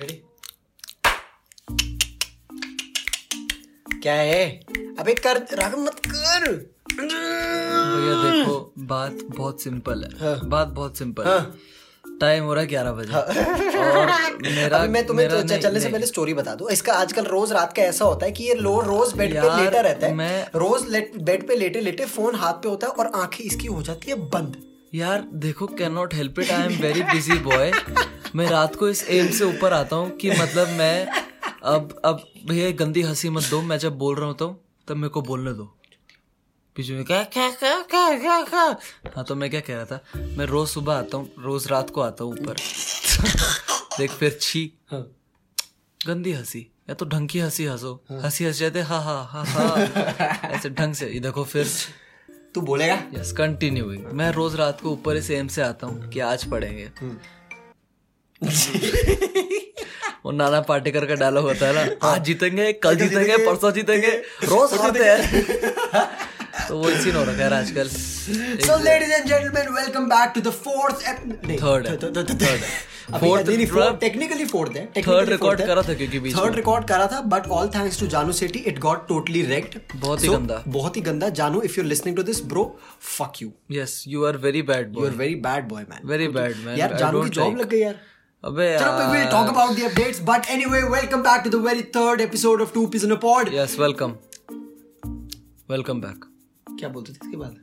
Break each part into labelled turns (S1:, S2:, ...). S1: Ready क्या है अबे कर राग मत कर
S2: भैया तो देखो बात बहुत सिंपल है
S1: हाँ।
S2: बात बहुत सिंपल
S1: हाँ।
S2: है टाइम हो रहा है ग्यारह बजे और मेरा
S1: अभी मैं तुम्हें
S2: मेरा
S1: तो
S2: नहीं-
S1: चलने से
S2: नहीं।
S1: पहले स्टोरी बता दूं इसका आजकल रोज रात का ऐसा होता है कि ये लो रोज बेड पे
S2: यार,
S1: लेटा रहता है
S2: मैं-
S1: रोज लेट बेड पे लेटे लेटे फोन हाथ पे होता है और आंखें इसकी हो जाती है बंद
S2: यार देखो can not help it I am very busy boy मैं रात को इस एम से ऊपर आता हूँ कि मतलब मैं अब अब भैया गंदी हंसी मत दो मैं जब बोल रहा होता हूँ तब मेरे को बोलने दो पीछे में क्या क्या क्या क्या क्या क्या हाँ तो मैं क्या कह रहा था मैं रोज सुबह आता हूँ रोज रात को आता हूँ ऊपर देख फिर छी गंदी हंसी या तो ढंग की हंसी हंसो
S1: हाँ।
S2: हंसी हंस जाते हा हा हा हा ऐसे ढंग से ये देखो फिर
S1: तू बोलेगा
S2: यस कंटिन्यूइंग मैं रोज रात को ऊपर इस एम से आता हूँ कि आज पढ़ेंगे
S1: हम्म।
S2: वो नाना पाटेकर का डायलॉग होता है ना
S1: हाँ।
S2: आज जीतेंगे कल जीतेंगे परसों जीतेंगे रोज हारते हैं तो वो सीन हो रखा है आजकल
S1: So ladies and gentlemen, welcome back to the fourth ep- नहीं,
S2: Third है,
S1: th- th- th-
S2: third है।
S1: अभी
S2: Fourth
S1: नहीं, नहीं,
S2: पूरा-
S1: fourth- technically fourth है,
S2: थर्ड
S1: technically
S2: रिकॉर्ड
S1: fourth है।
S2: करा था क्योंकि बीच
S1: Third
S2: में
S1: record करा था but all thanks to Janu Sethi it got totally wrecked
S2: बहुत ही गंदा।
S1: बहुत ही गंदा Janu if you are listening to this bro fuck you
S2: yes you are very bad
S1: you
S2: boy
S1: are very bad boy man
S2: very bad man
S1: यार जानू की job लग गई यार
S2: अबे
S1: चलो
S2: यार
S1: we will talk about the updates but anyway welcome back to the very third episode of two peas in a pod
S2: yes welcome welcome back
S1: क्या बोलते थे इसके बाद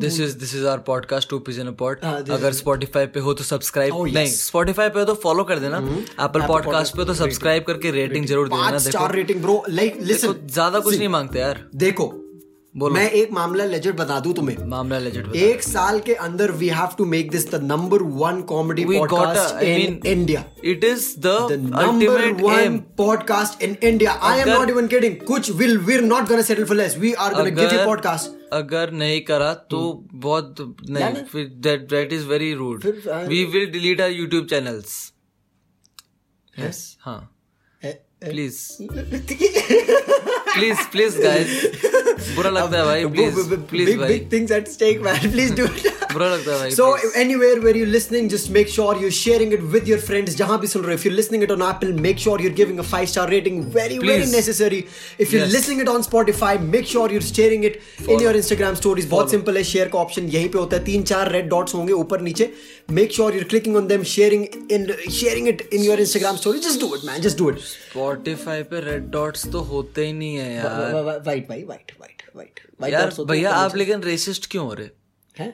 S2: this is this is our podcast two pigeon pot
S1: हाँ, this
S2: अगर Spotify पे हो तो सब्सक्राइब
S1: Oh, yes. हम्म।
S2: नहीं Spotify पे हो तो फॉलो कर देना Apple पॉडकास्ट पे तो सब्सक्राइब करके रेटिंग जरूर दे देना
S1: पांच
S2: देखो
S1: स्टार रेटिंग ब्रो लाइक
S2: देखो,
S1: लिसन
S2: ज्यादा कुछ नहीं मांगते यार
S1: देखो
S2: बोलो।
S1: मैं एक मामला लेजेंड बता दूं तुम्हें
S2: मामला लेजिट
S1: एक साल के अंदर we have to make this the number one comedy
S2: We got
S1: podcast
S2: a- I
S1: in
S2: mean-
S1: India
S2: it is the
S1: The number
S2: ultimate
S1: one
S2: am
S1: podcast in India. I am
S2: अगर-
S1: not even kidding. Kuch will we're not gonna settle for less. We are gonna give you podcast.
S2: अगर नहीं करा तो बहुत नहीं फिर that that is very rude
S1: Hmm. फिर, हाँ। आ-
S2: we will delete our YouTube channels
S1: Yes.
S2: हाँ
S1: Eh,
S2: please please please guys बुरा लगता है भाई प्लीज प्लीज
S1: big,
S2: भाई
S1: big things at stake, man. Please do it.
S2: बुरा लगता है भाई
S1: So
S2: please.
S1: anywhere where you're listening, just make sure you're sharing it with your friends. जहाँ भी सुन रहे हो, if you're listening it on Apple, make sure you're giving a five star rating. Very very
S2: Please.
S1: necessary. If you're
S2: Yes.
S1: listening it on Spotify, make sure you're sharing it in your Instagram stories. बहुत simple है share का option यहीं पे होता है तीन चार red dots होंगे ऊपर नीचे make sure your clicking on them sharing in sharing it in your Instagram story just do it man just do it
S2: Spotify पे रेड डॉट्स तो होते ही नहीं है यार
S1: वाइट भाई वाइट वाइट वाइट
S2: यार भैया आप लेकिन रेसिस्ट क्यों हो रहे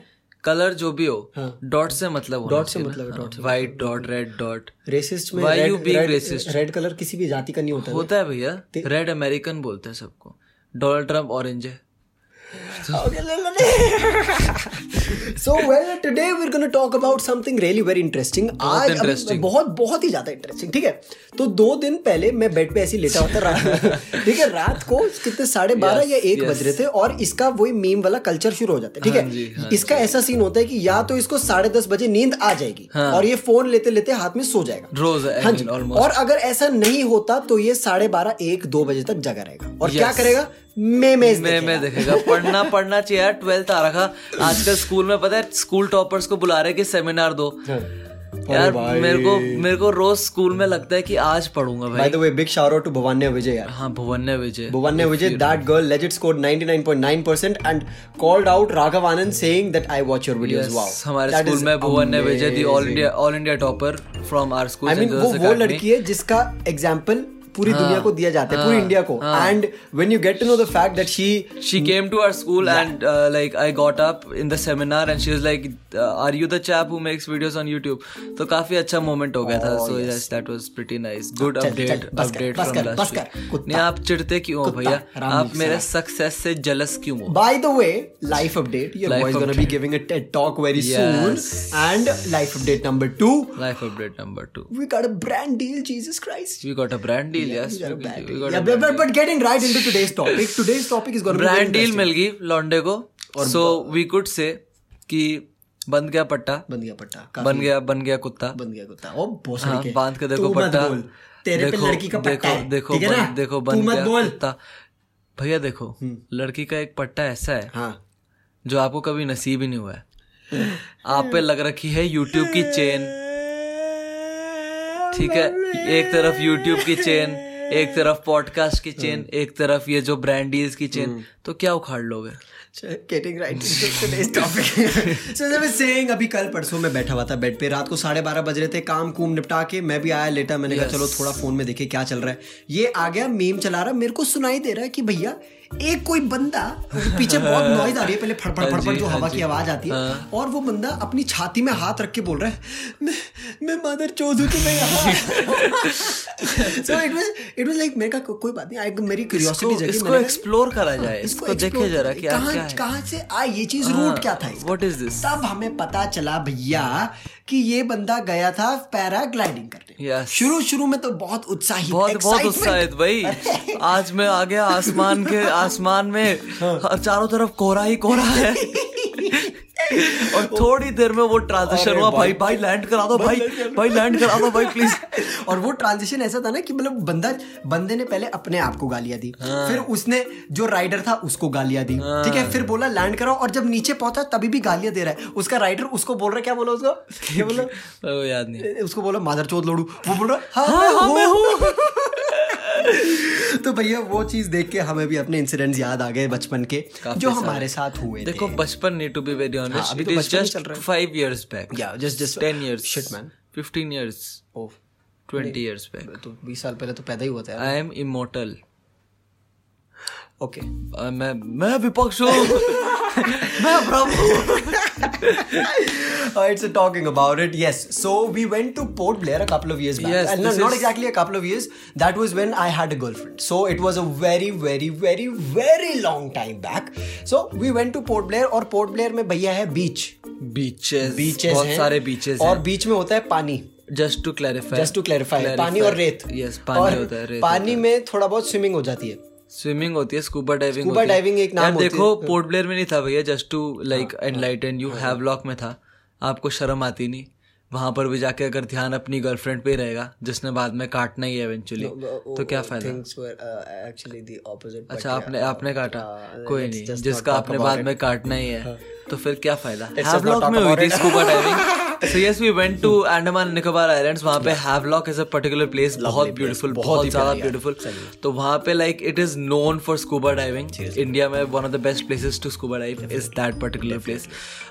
S2: कलर जो भी हो
S1: हाँ।
S2: डॉट से मतलब
S1: Dot से मतलब है, dot
S2: white dot red dot
S1: racist में
S2: Why you being
S1: red
S2: racist?
S1: Red colour किसी भी जाति का नहीं होता
S2: होता है भैया रेड अमेरिकन बोलते हैं सबको डोनाल्ड ट्रम्प ऑरेंज है
S1: Okay, la, la, la. so well today we're going to talk about something really very interesting आज अभी
S2: interesting.
S1: बहुत बहुत ही ज्यादा इंटरेस्टिंग ठीक है तो दो दिन पहले मैं बेड पे ऐसे ही लेटा होता रात को, ठीक है रात को कितने साढ़े बारह या एक बज रहे थे और इसका वही मीम वाला कल्चर शुरू हो जाता है ठीक है
S2: हाँ जी, हाँ
S1: इसका ऐसा सीन होता है कि या तो इसको साढ़े दस बजे नींद आ जाएगी
S2: हाँ.
S1: और ये फोन लेते लेते हाथ में सो जाएगा
S2: रोज
S1: हाँ जी
S2: ऑलमोस्ट
S1: और अगर ऐसा नहीं होता तो ये साढ़े बारह एक दो बजे तक जगा रहेगा और क्या करेगा मेमेज
S2: मैं मैं देखेगा पढ़ना पढ़ना चाहिए यार ट्वेल्थ आ रखा आजकल स्कूल में पता है स्कूल टॉपर्स को बुला रहे हैं कि सेमिनार दो
S1: हाँ.
S2: यार मेरे को मेरे को रोज स्कूल में लगता है कि आज पढ़ूंगा भाई
S1: By the way, big shout out to Bhavanya Vijay. Yaar.
S2: हाँ भुवन ने Vijay
S1: Bhavanya Vijay, that girl legit scored 99.9% and called out Raghav Anand saying that I watch your videos.
S2: Yes,
S1: wow.
S2: हमारे
S1: That
S2: स्कूल
S1: is
S2: में भुवन ने विजय दी all
S1: amazing.
S2: India all India topper from our school
S1: I mean, वो वो लड़की है जिसका example
S2: हाँ।
S1: पूरी दुनिया को दिया जाता है पूरी इंडिया को and when you get to know the fact that she
S2: She came to our school and uh, like I got up in the seminar and she was like, uh, "Are you the chap who makes videos on YouTube?" तो काफी अच्छा moment हो गया था. so yes. that was pretty nice. Good
S1: Oh, हाँ, चल,
S2: update,
S1: चल, बस कर,
S2: update
S1: बस
S2: from
S1: कर,
S2: last
S1: बस कर,
S2: week.
S1: कुत्ता।
S2: नहीं आप चिढ़ते क्यों हो भैया?
S1: राम
S2: आप
S1: जी,
S2: मेरे success से jealous क्यों हो?
S1: By the way, life update. Your
S2: Life
S1: boy is gonna be giving a TED talk very
S2: Yes.
S1: soon. And life update number two,
S2: Life update number two.
S1: we got a brand deal. Jesus Christ.
S2: We got a brand deal. yes,
S1: We got a
S2: we-
S1: brand
S2: we
S1: deal.
S2: got
S1: Yeah,
S2: a
S1: but, but, but getting right into today's topic. Today's topic is gonna be very
S2: brand deal
S1: interesting.
S2: मिल गई लॉन्डे को so we could say कि बंद गया पट्टा
S1: बन गया पट्टा का-
S2: बन गया बन गया कुत्ता
S1: बन गया कुत्ता ओ बहुत
S2: हाँ,
S1: सारे के
S2: बांध के
S1: Oh, तू
S2: देखो
S1: मत
S2: पट्टा
S1: बोल, तेरे पे लड़की का पट्टा
S2: देखो
S1: है,
S2: देखो
S1: ठीक है ना?
S2: बन- देखो बन
S1: तू मत
S2: गया
S1: बोल हम्म।
S2: कुत्ता भैया देखो लड़की का एक पट्टा ऐसा है
S1: हाँ
S2: जो आपको कभी नसीब ही नहीं हुआ है आप पे लग रखी है यूट्यूब की चेन ठीक है एक तरफ YouTube की चेन एक तरफ पॉडकास्ट की चेन
S1: हम्म।
S2: एक तरफ ये जो ब्रांड डील्स की चेन तो क्या उखाड़ लोगे
S1: getting right today's topic so I saying अभी कल परसों मैं बैठा हुआ था बेड पे रात को साढ़े बारह बज रहे थे काम कूम निपटा के मैं भी आया लेटा मैंने कहा
S2: Yes.
S1: चलो थोड़ा फोन में देखे क्या चल रहा है ये आ गया मीम चला रहा मेरे को सुनाई दे रहा है कि भैया एक कोई बंदा पीछे बहुत नॉइज आ रही है पहले फड़फड़
S2: हाँ
S1: फड़फड़
S2: जी,
S1: जो
S2: हाँ
S1: हवा
S2: जी। हाँ।
S1: की आवाज आती है और वो बंदा अपनी छाती में हाथ रख के बोल रहा है मैं मैं मदर चौधरी की मैं यहाँ so it was it was like मेरे का को, कोई बात नहीं आई मेरी क्यूरियोसिटी
S2: इसको
S1: जगी
S2: इसको
S1: मैंने कहा,
S2: एक्सप्लोर करा जाए इसको देखे
S1: explore
S2: जरा
S1: करें।
S2: कि यार
S1: कहाँ
S2: क्या है हाँ,
S1: कहाँ से आई ये चीज रूट क्या था इसका
S2: व्हाट इज दिस
S1: तब हमें पता चला भैया कि ये बंदा गया था पैराग्लाइडिंग करने
S2: Yes.
S1: शुरू शुरू में तो बहुत उत्साहित
S2: बहुत बहुत
S1: excitement।
S2: उत्साहित भाई आज मैं आ गया आसमान के आसमान में
S1: हाँ।
S2: चारों तरफ कोहरा ही कोहरा है और थोड़ी देर में वो ट्रांजिशन
S1: अरे
S2: हुआ भाई
S1: भाई।
S2: भाई लैंड करा दो भाई भाई लैंड करा दो भाई प्लीज
S1: और वो ट्रांजिशन ऐसा था ना कि मतलब बंदा बंदे ने पहले अपने आप को गालियां दी
S2: हाँ।
S1: फिर उसने जो राइडर था उसको गालियां दी ठीक है फिर बोला लैंड करो और जब नीचे पहुंचा तभी भी गालियां दे रहा है उसका राइडर उसको बोल रहा है क्या बोला उसको क्या बोला
S2: वो याद नहीं
S1: उसको बोला माधर चौथ लोडू वो बोल रहा हाँ, हाँ, मैं हूँ तो भैया वो चीज देख के हमें भी अपने इंसिडेंट्स याद आ गए बचपन के जो हमारे साथ हुए
S2: देखो बचपन नहीं टू बी वेरी ऑनेस्ट
S1: अभी
S2: इट
S1: तो
S2: इज
S1: बचपन ही
S2: जस्ट
S1: चल रहा है।
S2: 5 इयर्स बैक
S1: या just just
S2: 10 years
S1: shit man
S2: 15 years 20 years back
S1: तो 20 साल पहले तो पैदा ही हुआ था
S2: आई एम इमोर्टल
S1: ओके
S2: मैं मैं विपक्ष हूँ मैं प्रभु
S1: it's talking about it yes so we went to port blair a couple of years back
S2: Yes,
S1: and no,
S2: this
S1: not
S2: is-
S1: exactly a couple of years that was when i had a girlfriend so it was a very very very very long time back so we went to port blair और port blair में भैया है beach
S2: beaches
S1: beaches
S2: बहुत सारे beaches
S1: और
S2: हैं
S1: बीच में होता है पानी
S2: just to clarify
S1: just to clarify पानी और रेत
S2: यस पानी
S1: और
S2: होता है रेत
S1: पानी में थोड़ा बहुत स्विमिंग हो जाती है
S2: स्विमिंग होती है स्कूबा डाइविंग
S1: Scuba diving एक नाम होती है। हाँ,
S2: देखो पोर्ट ब्लेयर में नहीं था भैया just to like enlighten you Havelock में था आपको शर्म आती नहीं वहां पर भी जाके अगर ध्यान अपनी गर्लफ्रेंड पे ही रहेगा जिसने बाद में काटना ही है इवेंचुअली तो क्या फायदा
S1: things were actually the opposite
S2: अच्छा आपने आपने काटा
S1: uh,
S2: कोई
S1: let's
S2: नहीं
S1: just
S2: जिसका
S1: not talk
S2: आपने
S1: about
S2: बाद में काटना ही है तो फिर क्या फायदा
S1: just not
S2: हैवलॉक
S1: talk
S2: में हुई
S1: about
S2: थी
S1: it.
S2: Scuba diving so yes we went to Andaman and Nicobar islands वहां पे Havelock is a particular place बहुत ब्यूटीफुल बहुत ज्यादा ब्यूटीफुल तो वहां पे like it is known for scuba diving India में one of the best places to scuba dive is that particular place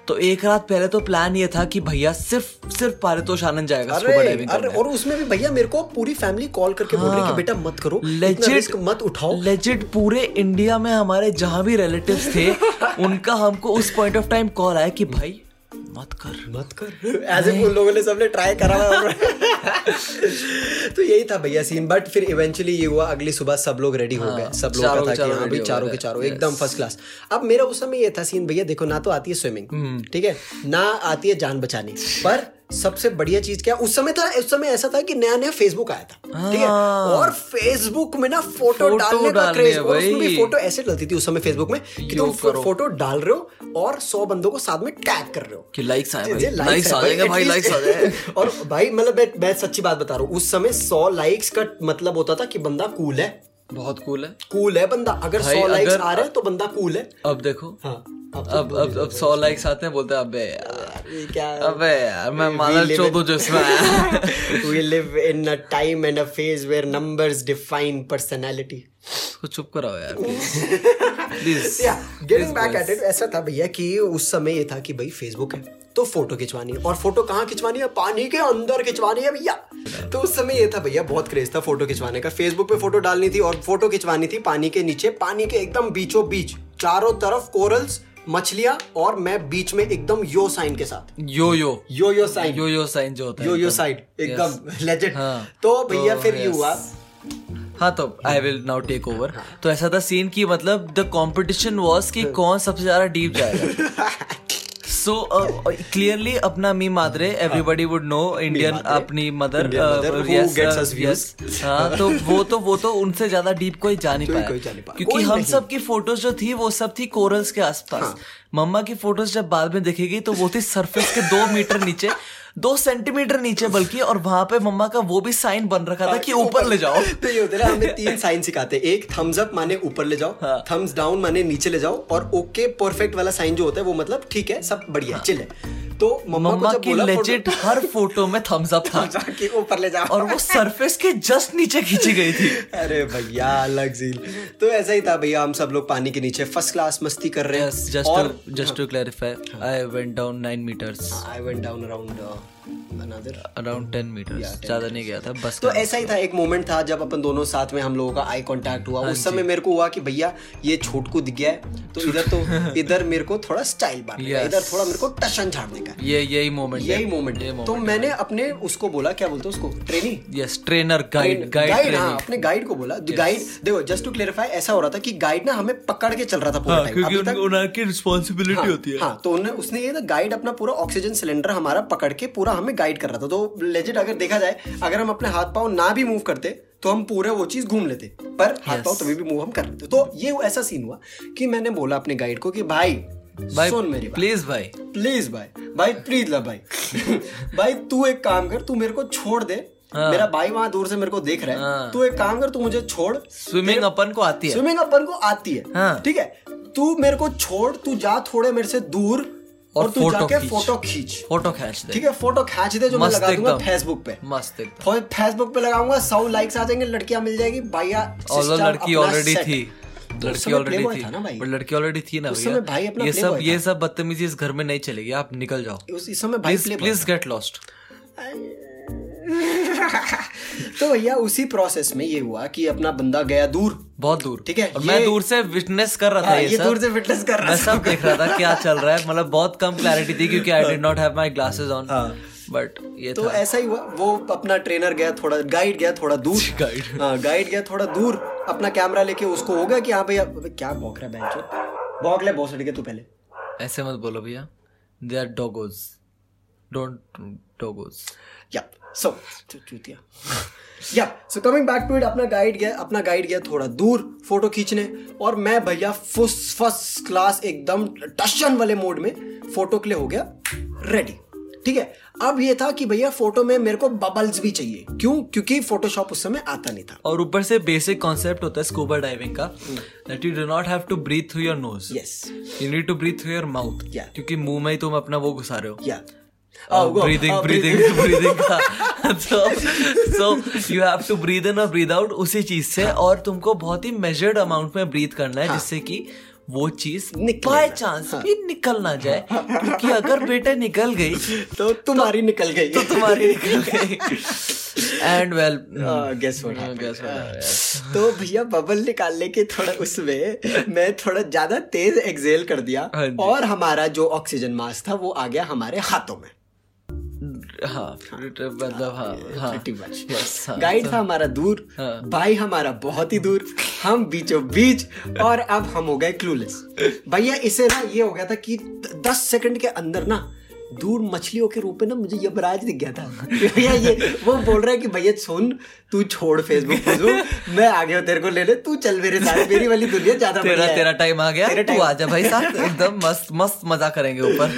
S2: तो एक रात पहले तो प्लान ये था कि भैया सिर्फ सिर्फ पारितोष आनंद जाएगा स्कूबा
S1: अरे
S2: डाइविंग
S1: अरे
S2: करने
S1: और उसमें भी भैया मेरे को पूरी फैमिली कॉल करके बोल रही है कि
S2: हाँ।
S1: बेटा मत करो इतना
S2: Legit-
S1: risk मत उठाओ
S2: लेजिट पूरे इंडिया में हमारे जहां भी रिलेटिव्स थे उनका हमको उस पॉइंट ऑफ टाइम कॉल आया कि भाई मत कर
S1: मत कर एज ए उन लोगों ने सबने ट्राई करा हुआ है। तो यही था भैया सीन बट फिर इवेंचुअली ये हुआ अगली सुबह सब लोग रेडी हो गए सब लोग
S2: हाँ, चारों
S1: का
S2: के
S1: था कि
S2: चारों
S1: हाँ
S2: ready
S1: भी
S2: हो
S1: चारों
S2: गए,
S1: के चारों एकदम फर्स्ट क्लास अब मेरा उस समय ये था सीन भैया देखो ना तो आती है
S2: हम्म।
S1: स्विमिंग ठीक है ना आती है जान बचानी पर सबसे बढ़िया चीज क्या उस समय था उस समय ऐसा था कि नया नया फेसबुक आया था ठीक है और फेसबुक में ना फोटो
S2: हाँ। Photo
S1: डालने का
S2: डालने
S1: क्रेज
S2: हैं
S1: और उसमें भी
S2: भाई।
S1: फोटो ऐसे डलती थी उस समय फेसबुक में कि तुम
S2: यो करो।
S1: फोटो डाल रहे हो और सौ बंदों को साथ में टैग कर रहे हो
S2: कि लाइक्स आए
S1: जे-
S2: भाई
S1: likes
S2: लाइक्स
S1: है
S2: आ जाएंगे भाई
S1: at
S2: लाइक्स
S1: least-
S2: आ जाएंगे
S1: और भाई मतलब मैं मैं सच्ची बात बता रहा हूँ उस समय सौ लाइक्स का मतलब होता था कि बंदा कूल है
S2: बहुत कूल है
S1: कूल है बंदा अगर
S2: भाई,
S1: सौ लाइक्स
S2: अगर-
S1: आ रहे हैं तो बंदा कूल है
S2: अब देखो
S1: हाँ अब तो
S2: अब अब अब सौ लाइक्स आते हैं बोलते हैं अबे यार
S1: ये क्या
S2: अबे यार मैं
S1: We
S2: मानल
S1: live
S2: चौधो
S1: in-
S2: जिसमें आया
S1: we live in a time and a phase where numbers define personality
S2: उसको चुप कराओ यार please
S1: getting back at it ऐसा था भैया कि उस समय ये था कि भाई फेसबुक है तो फोटो खिंचवानी है और फोटो कहाँ खिंचवानी है पानी के अंदर खिंचवानी है भैया तो उस समय ये था भैया बहुत क्रेज था फोटो खिंचवाने का फेसबुक पे फोटो डालनी थी और फोटो खिंचवानी थी पानी के नीचे पानी के एकदम बीचों बीच चारों तरफ कोरल्स मछलियां और मैं बीच में एकदम यो साइन के साथ
S2: yo yo
S1: yo yo sign
S2: yo yo sign जो होता है
S1: यो यो साइन एकदम लेजेंड
S2: हाँ।
S1: तो भैया
S2: तो
S1: फिर ये
S2: yes.
S1: हुआ
S2: हाँ तो I will now take over
S1: हाँ।
S2: तो ऐसा था सीन की मतलब द कंपटीशन वाज कि कौन सबसे ज्यादा डीप जाएगा सो क्लियरली अपना मी मादरे एवरीबॉडी वुड नो इंडियन
S1: हाँ। मादरे,
S2: अपनी mother
S1: Indian mother who gets us views.
S2: हाँ तो वो तो वो तो उनसे ज्यादा डीप कोई जा नहीं
S1: कोई-
S2: पाया
S1: कोई जा नहीं पाया।
S2: क्योंकि
S1: कोई
S2: हम
S1: नहीं। हाँ।
S2: सब की फोटोज जो थी वो सब थी कोरल्स के आसपास मम्मा की फोटोज जब बाद में देखेगी तो वो थी सरफेस के दो मीटर नीचे दो सेंटीमीटर नीचे बल्कि और वहां पे मम्मा का वो भी साइन बन रखा
S1: हाँ,
S2: था कि ऊपर ले जाओ
S1: तो ये होता है ना हमें तीन साइन सिखाते हैं एक थम्स अप माने ऊपर ले जाओ थम्स डाउन माने नीचे ले जाओ और ओके परफेक्ट वाला साइन जो होता है वो मतलब ठीक है सब बढ़िया चिल है तो मम्मा को
S2: मम्मा
S1: जब
S2: की
S1: बोला photo- हाँ,
S2: लेजिट हर फोटो में थम्स अप था
S1: जाके ऊपर ले जाओ
S2: और वो सरफेस के जस्ट नीचे खींची गई थी
S1: अरे भैया अलग सीन तो ऐसा ही था भैया हम सब लोग पानी के नीचे फर्स्ट क्लास मस्ती कर रहे
S2: yes
S1: हैं
S2: just
S1: और हाँ।
S2: to just to clarify i went down 9 meters
S1: I went down around another
S2: around 10 meters ज्यादा नहीं गया था बस
S1: तो ऐसा ही था एक मोमेंट था जब अपन दोनों साथ में हम लोगों का आई कांटेक्ट हुआ
S2: हाँ
S1: उस समय मेरे को हुआ कि भैया ये छोटकू दिख गया है तो इधर तो इधर मेरे को थोड़ा स्टाइल मारने का
S2: Yes.
S1: इधर थोड़ा मेरे को टशन झाड़ने का
S2: का। ये यही मोमेंट
S1: यही मोमेंट
S2: ये
S1: तो मैंने अपने उसको बोला क्या बोलते हैं उसको trainee
S2: yes trainer guide guide
S1: guide हाँ अपने गाइड को बोला गाइड देखो जस्ट टू क्लेरिफाई ऐसा हो रहा था कि गाइड ना हमें पकड़ के चल रहा था
S2: हाँ,
S1: पूरा time। अभी तक-
S2: उनकी रिस्पॉन्सिबिलिटी होती
S1: हाँ तो उन्होंने उसने ये ना गाइड अपना पूरा ऑक्सीजन सिलेंडर हमारा पकड़ के पूरा हमें गाइड कर रहा था तो लेजिट अगर देखा जाए अगर हम अपने हाथ पांव ना भी मूव करते तो हम पूरे वो चीज घूम लेते पर हाथ पांव तभी भी मूव हम कर लेते तो ये ऐसा सीन हुआ कि मैंने बोला अपने गाइड को कि भाई
S2: भाई
S1: सुन मेरी बात
S2: प्लीज भाई
S1: प्लीज भाई भाई प्लीज ला भाई भाई तू एक काम कर तू मेरे को छोड़ दे
S2: हाँ।
S1: मेरा भाई वहां दूर से मेरे को देख रहा है तू एक काम कर तू मुझे छोड़
S2: स्विमिंग अपन को आती है
S1: स्विमिंग अपन को आती है
S2: हाँ।
S1: ठीक है तू मेरे को छोड़ तू जा थोड़े मेरे से दूर
S2: और
S1: और तू
S2: फोटो
S1: जाके
S2: खींच।
S1: फोटो खींच
S2: फोटो खींच दे
S1: ठीक है फोटो खींच दे जो मैं
S2: मस्त
S1: लगा दूंगा
S2: एकदम।
S1: फेसबुक पे
S2: मस्त एकदम
S1: फो- फेसबुक पे लगाऊंगा सौ लाइक्स आ जाएंगे लड़कियां मिल जाएगी भैया
S2: और
S1: सिस्टम,
S2: लड़की
S1: अपना
S2: ऑलरेडी
S1: set।
S2: थी
S1: तो उस
S2: लड़की
S1: समय
S2: ऑलरेडी
S1: Playboy
S2: थी
S1: था ना भाई
S2: बट लड़की ऑलरेडी थी ना
S1: उस समय भाई
S2: भैया
S1: अपना
S2: ये सब
S1: Playboy
S2: ये सब बदतमीजी इस घर में नहीं चलेगी आप निकल जाओ
S1: उस इस समय भाई
S2: please
S1: Playboy
S2: please get lost
S1: तो भैया उसी प्रोसेस में ये हुआ कि अपना बंदा गया दूर
S2: बहुत दूर
S1: ठीक है,
S2: और
S1: ये-
S2: मैं दूर से विटनेस कर रहा था
S1: हाँ,
S2: ये,
S1: ये
S2: सब
S1: दूर से witness कर रहा
S2: मैं
S1: था।
S2: सब देख रहा था क्या चल रहा है मतलब बहुत कम क्लैरिटी थी क्योंकि I did not have my glasses on but ये
S1: हाँ। तो
S2: था
S1: ऐसा ही हुआ वो अपना ट्रेनर गया थोड़ा गाइड गया थोड़ा दूर
S2: Guide.
S1: हाँ गाइड गया थोड़ा दूर अपना कैमरा लेके उसको हो गया कि हाँ भैया अबे क्या भौंक रहा है बेंचो भौंक ले बहुत के तू पहले
S2: ऐसे मत बोलो भैया they are doggos don't doggos
S1: Yep. So, चूतिया या so coming back to it अपना गाइड गया अपना गाइड गया थोड़ा दूर फोटो खींचने और मैं भैया फर्स्ट फर्स्ट क्लास एकदम टशन वाले मोड में फोटो के लिए हो गया रेडी ठीक है अब ये था कि भैया फोटो में मेरे को बबल्स भी चाहिए क्यों क्योंकि फोटोशॉप उस समय आता नहीं था
S2: और ऊपर से बेसिक कॉन्सेप्ट होता है स्कूबा डाइविंग का
S1: हम्म।
S2: That you do not have to breathe through your nose
S1: yes
S2: you need to breathe through your mouth
S1: Yeah.
S2: क्योंकि मुंह में ही तुम अपना वो घुसा रहे हो
S1: या Oh,
S2: Uh,
S1: Uh,
S2: Oh, breathing breathing breathing का तो so you have to breathe in और ब्रीद आउट उसी चीज से और तुमको बहुत ही मेजर्ड अमाउंट में ब्रीद करना है
S1: हाँ।
S2: जिससे कि वो चीज
S1: निकले
S2: बाय
S1: ना।
S2: चांस भी निकल ना जाए क्योंकि अगर बेटे निकल गई
S1: तो तुम्हारी निकल गई
S2: तो तुम्हारी निकल गई एंड वेल
S1: हाँ, गेस व्हाट
S2: guess what
S1: तो भैया बबल निकालने के थोड़ा उसमें मैं थोड़ा ज्यादा तेज एक्सेल कर दिया
S2: हाँ जी।
S1: और हमारा जो ऑक्सीजन मास्क था वो आ गया हमारे हाथों में
S2: हाँ मतलब हाँ हाँ
S1: Pretty much.
S2: Yes, हाँ,
S1: गाइड था हमारा दूर
S2: हाँ।
S1: भाई हमारा बहुत ही दूर हम बीचों बीच और अब हम हो गए क्लूलेस भैया इसे ना ये हो गया था कि द- दस सेकंड के अंदर ना दूर मछलियों के रूप में ना मुझे यमराज दिख गया था भैया ये वो बोल रहा है कि भैया सुन तू छोड़ फेसबुक फेसबुक मैं आ गया हूं, तेरे को ले ले तू चल मेरे साथ मेरी वाली दुनिया ज्यादा
S2: तेरा
S1: बढ़िया है।
S2: तेरा टाइम आ गया
S1: तेरा
S2: तू
S1: time-
S2: आजा भाई साथ एकदम मस्त मस्त मजा करेंगे ऊपर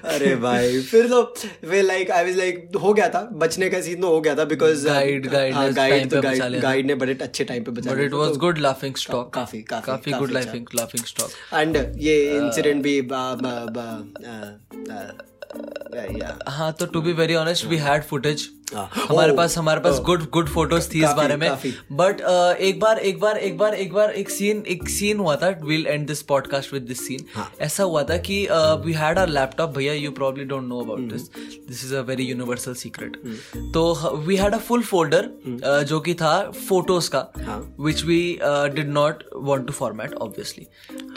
S1: अरे भाई फिर तो वे लाइक आई वाज लाइक हो गया था बचने का सीन तो हो गया था बिकॉज
S2: Guide- guide ने time
S1: गाइड
S2: पे
S1: तो
S2: बचा लिया
S1: गाइड
S2: था।
S1: गाइड ने बड़े अच्छे टाइम पे बचा
S2: बट
S1: लिया तो
S2: it was good laughing stock
S1: काफी- काफी-
S2: काफी
S1: काफी
S2: गुड
S1: अच्छा।
S2: लाफिंग लाफिंग स्टॉक
S1: एंड ये
S2: Uh,
S1: इंसिडेंट भी uh, बा- बा- बा- अ- अ- या-
S2: हाँ तो to be very honest we had footage
S1: हाँ।
S2: हमारे
S1: Oh.
S2: पास हमारे पास गुड गुड फोटोज थी इस
S1: काफी-
S2: बारे में
S1: काफी।
S2: बट एक बार एक बार एक बार एक बार एक सीन एक सीन हुआ था will end this podcast with this scene
S1: हाँ।
S2: ऐसा हुआ था कि uh, we had our laptop भैया you probably don't know about
S1: हम्म।
S2: This this is a very universal secret तो we had a full folder uh, जो कि था फोटोज का
S1: हम्म। हाँ।
S2: Which we did not want to format obviously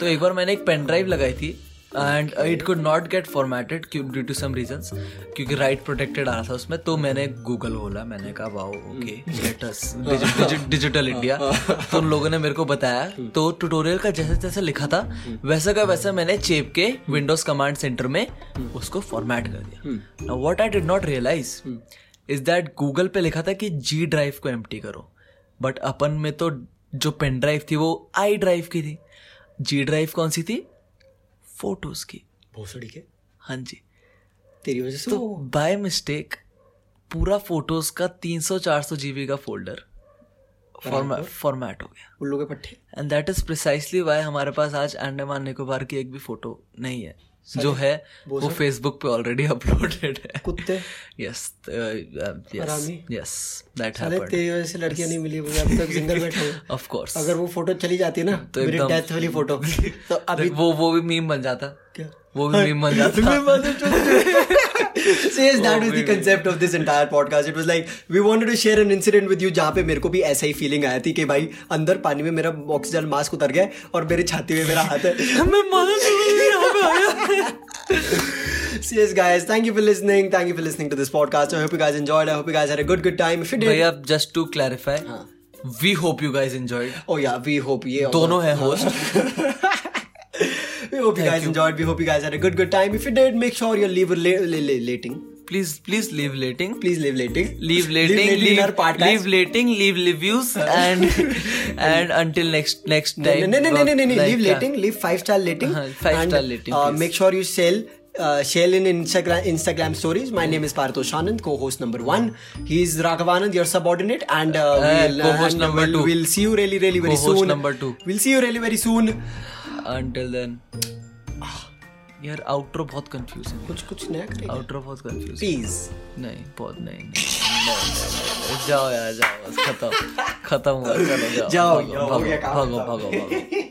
S2: तो एक बार मैंने एक पेन ड्राइव लगाई थी uh, and it could not get formatted due to some reasons क्योंकि राइट प्रोटेक्टेड आ रहा था उसमें तो मैंने गूगल बोला मैंने कहा wow okay let digital India तो उन लोगों ने मेरे को बताया तो ट्यूटोरियल का जैसे जैसे लिखा था वैसा का वैसा मैंने चेप के विंडोज कमांड सेंटर में उसको फॉर्मेट कर दिया now what I did not realise is that Google पे लिखा था कि जी ड्राइव को एम्प्टी करो बट अपन में तो जो पेन ड्राइव थी वो आई ड्राइव की थी जी ड्राइव कौन सी थी फोटोज की
S1: भोसड़ी के
S2: हाँ जी
S1: तेरी वजह से
S2: तो
S1: वो-
S2: बाय मिस्टेक पूरा फोटोज का 300-400 जीबी का फोल्डर फॉर्मेट हो गया
S1: उल्लू के पट्टे
S2: and that is precisely why हमारे पास आज अंडमान निकोबार की एक भी फोटो नहीं है जो है वो फेसबुक पे ऑलरेडी अपलोडेड है
S1: कुत्ते
S2: यस uh, यस
S1: हरामी।
S2: यस दैट
S1: साले
S2: हैपेंड
S1: तेरी वजह से लड़कियां नहीं मिली मुझे अब तक सिंगल बैठा हूँ
S2: ऑफ कोर्स
S1: अगर वो फोटो चली जाती है ना
S2: तो
S1: मेरी
S2: एकदम-
S1: डेथ वाली फोटो तो अभी
S2: वो वो भी मीम बन जाता
S1: क्या
S2: वो भी मीम बन जाता
S1: So yes, that was the concept of this entire podcast. It was like we wanted to share an incident with you जहाँ पे मेरे को भी ऐसा ही feeling आया थी कि भाई अंदर पानी में मेरा ऑक्सीजन मास्क उतर गया है और मेरे छाती में मेरा हाथ है
S2: मैं मदद
S1: So yes, guys, thank you for listening. Thank you for listening to this podcast. I hope you guys enjoyed. I hope you guys had a good good time. If you did,
S2: भैया just to
S1: हाँ।
S2: Clarify we hope you guys enjoyed
S1: oh yeah, we hope ये
S2: दोनों है
S1: हाँ।
S2: Host
S1: We hope you guys enjoyed. We hope you guys had a good good time. If you did, make sure you're leave la- la- la- lating.
S2: Please please leave letting
S1: Please leave lating.
S2: leave lating
S1: lately in
S2: leave,
S1: our हाँ। podcast.
S2: leave lating leave reviews and and until next next time
S1: No, no, no, no, no, no, no.
S2: Like,
S1: leave
S2: uh,
S1: rating, leave five star rating.
S2: Uh-huh, five
S1: and,
S2: star rating,
S1: Uh,
S2: please.
S1: make sure you sell. Uh, share in Instagram Instagram stories. My name is Parthosh Anand, co-host number one. He is Raghavanand, your subordinate, and uh, we'll, uh,
S2: co-host
S1: and
S2: number
S1: we'll,
S2: two.
S1: We'll see you really, really very
S2: Co-host
S1: soon.
S2: number two.
S1: We'll see you really very soon.
S2: until then Ah, यार outro बहुत confusing
S1: कुछ कुछ नया करेंगे.
S2: Outro बहुत confusing
S1: Please.
S2: नहीं बहुत नहीं, नहीं, नहीं, नहीं, नहीं जाओ यार जाओ बस खत्म खत्म हुआ चलो जाओ
S1: जाओ,
S2: भागो,
S1: जाओ, हो
S2: भागो
S1: गया काम
S2: भागो भागो भागो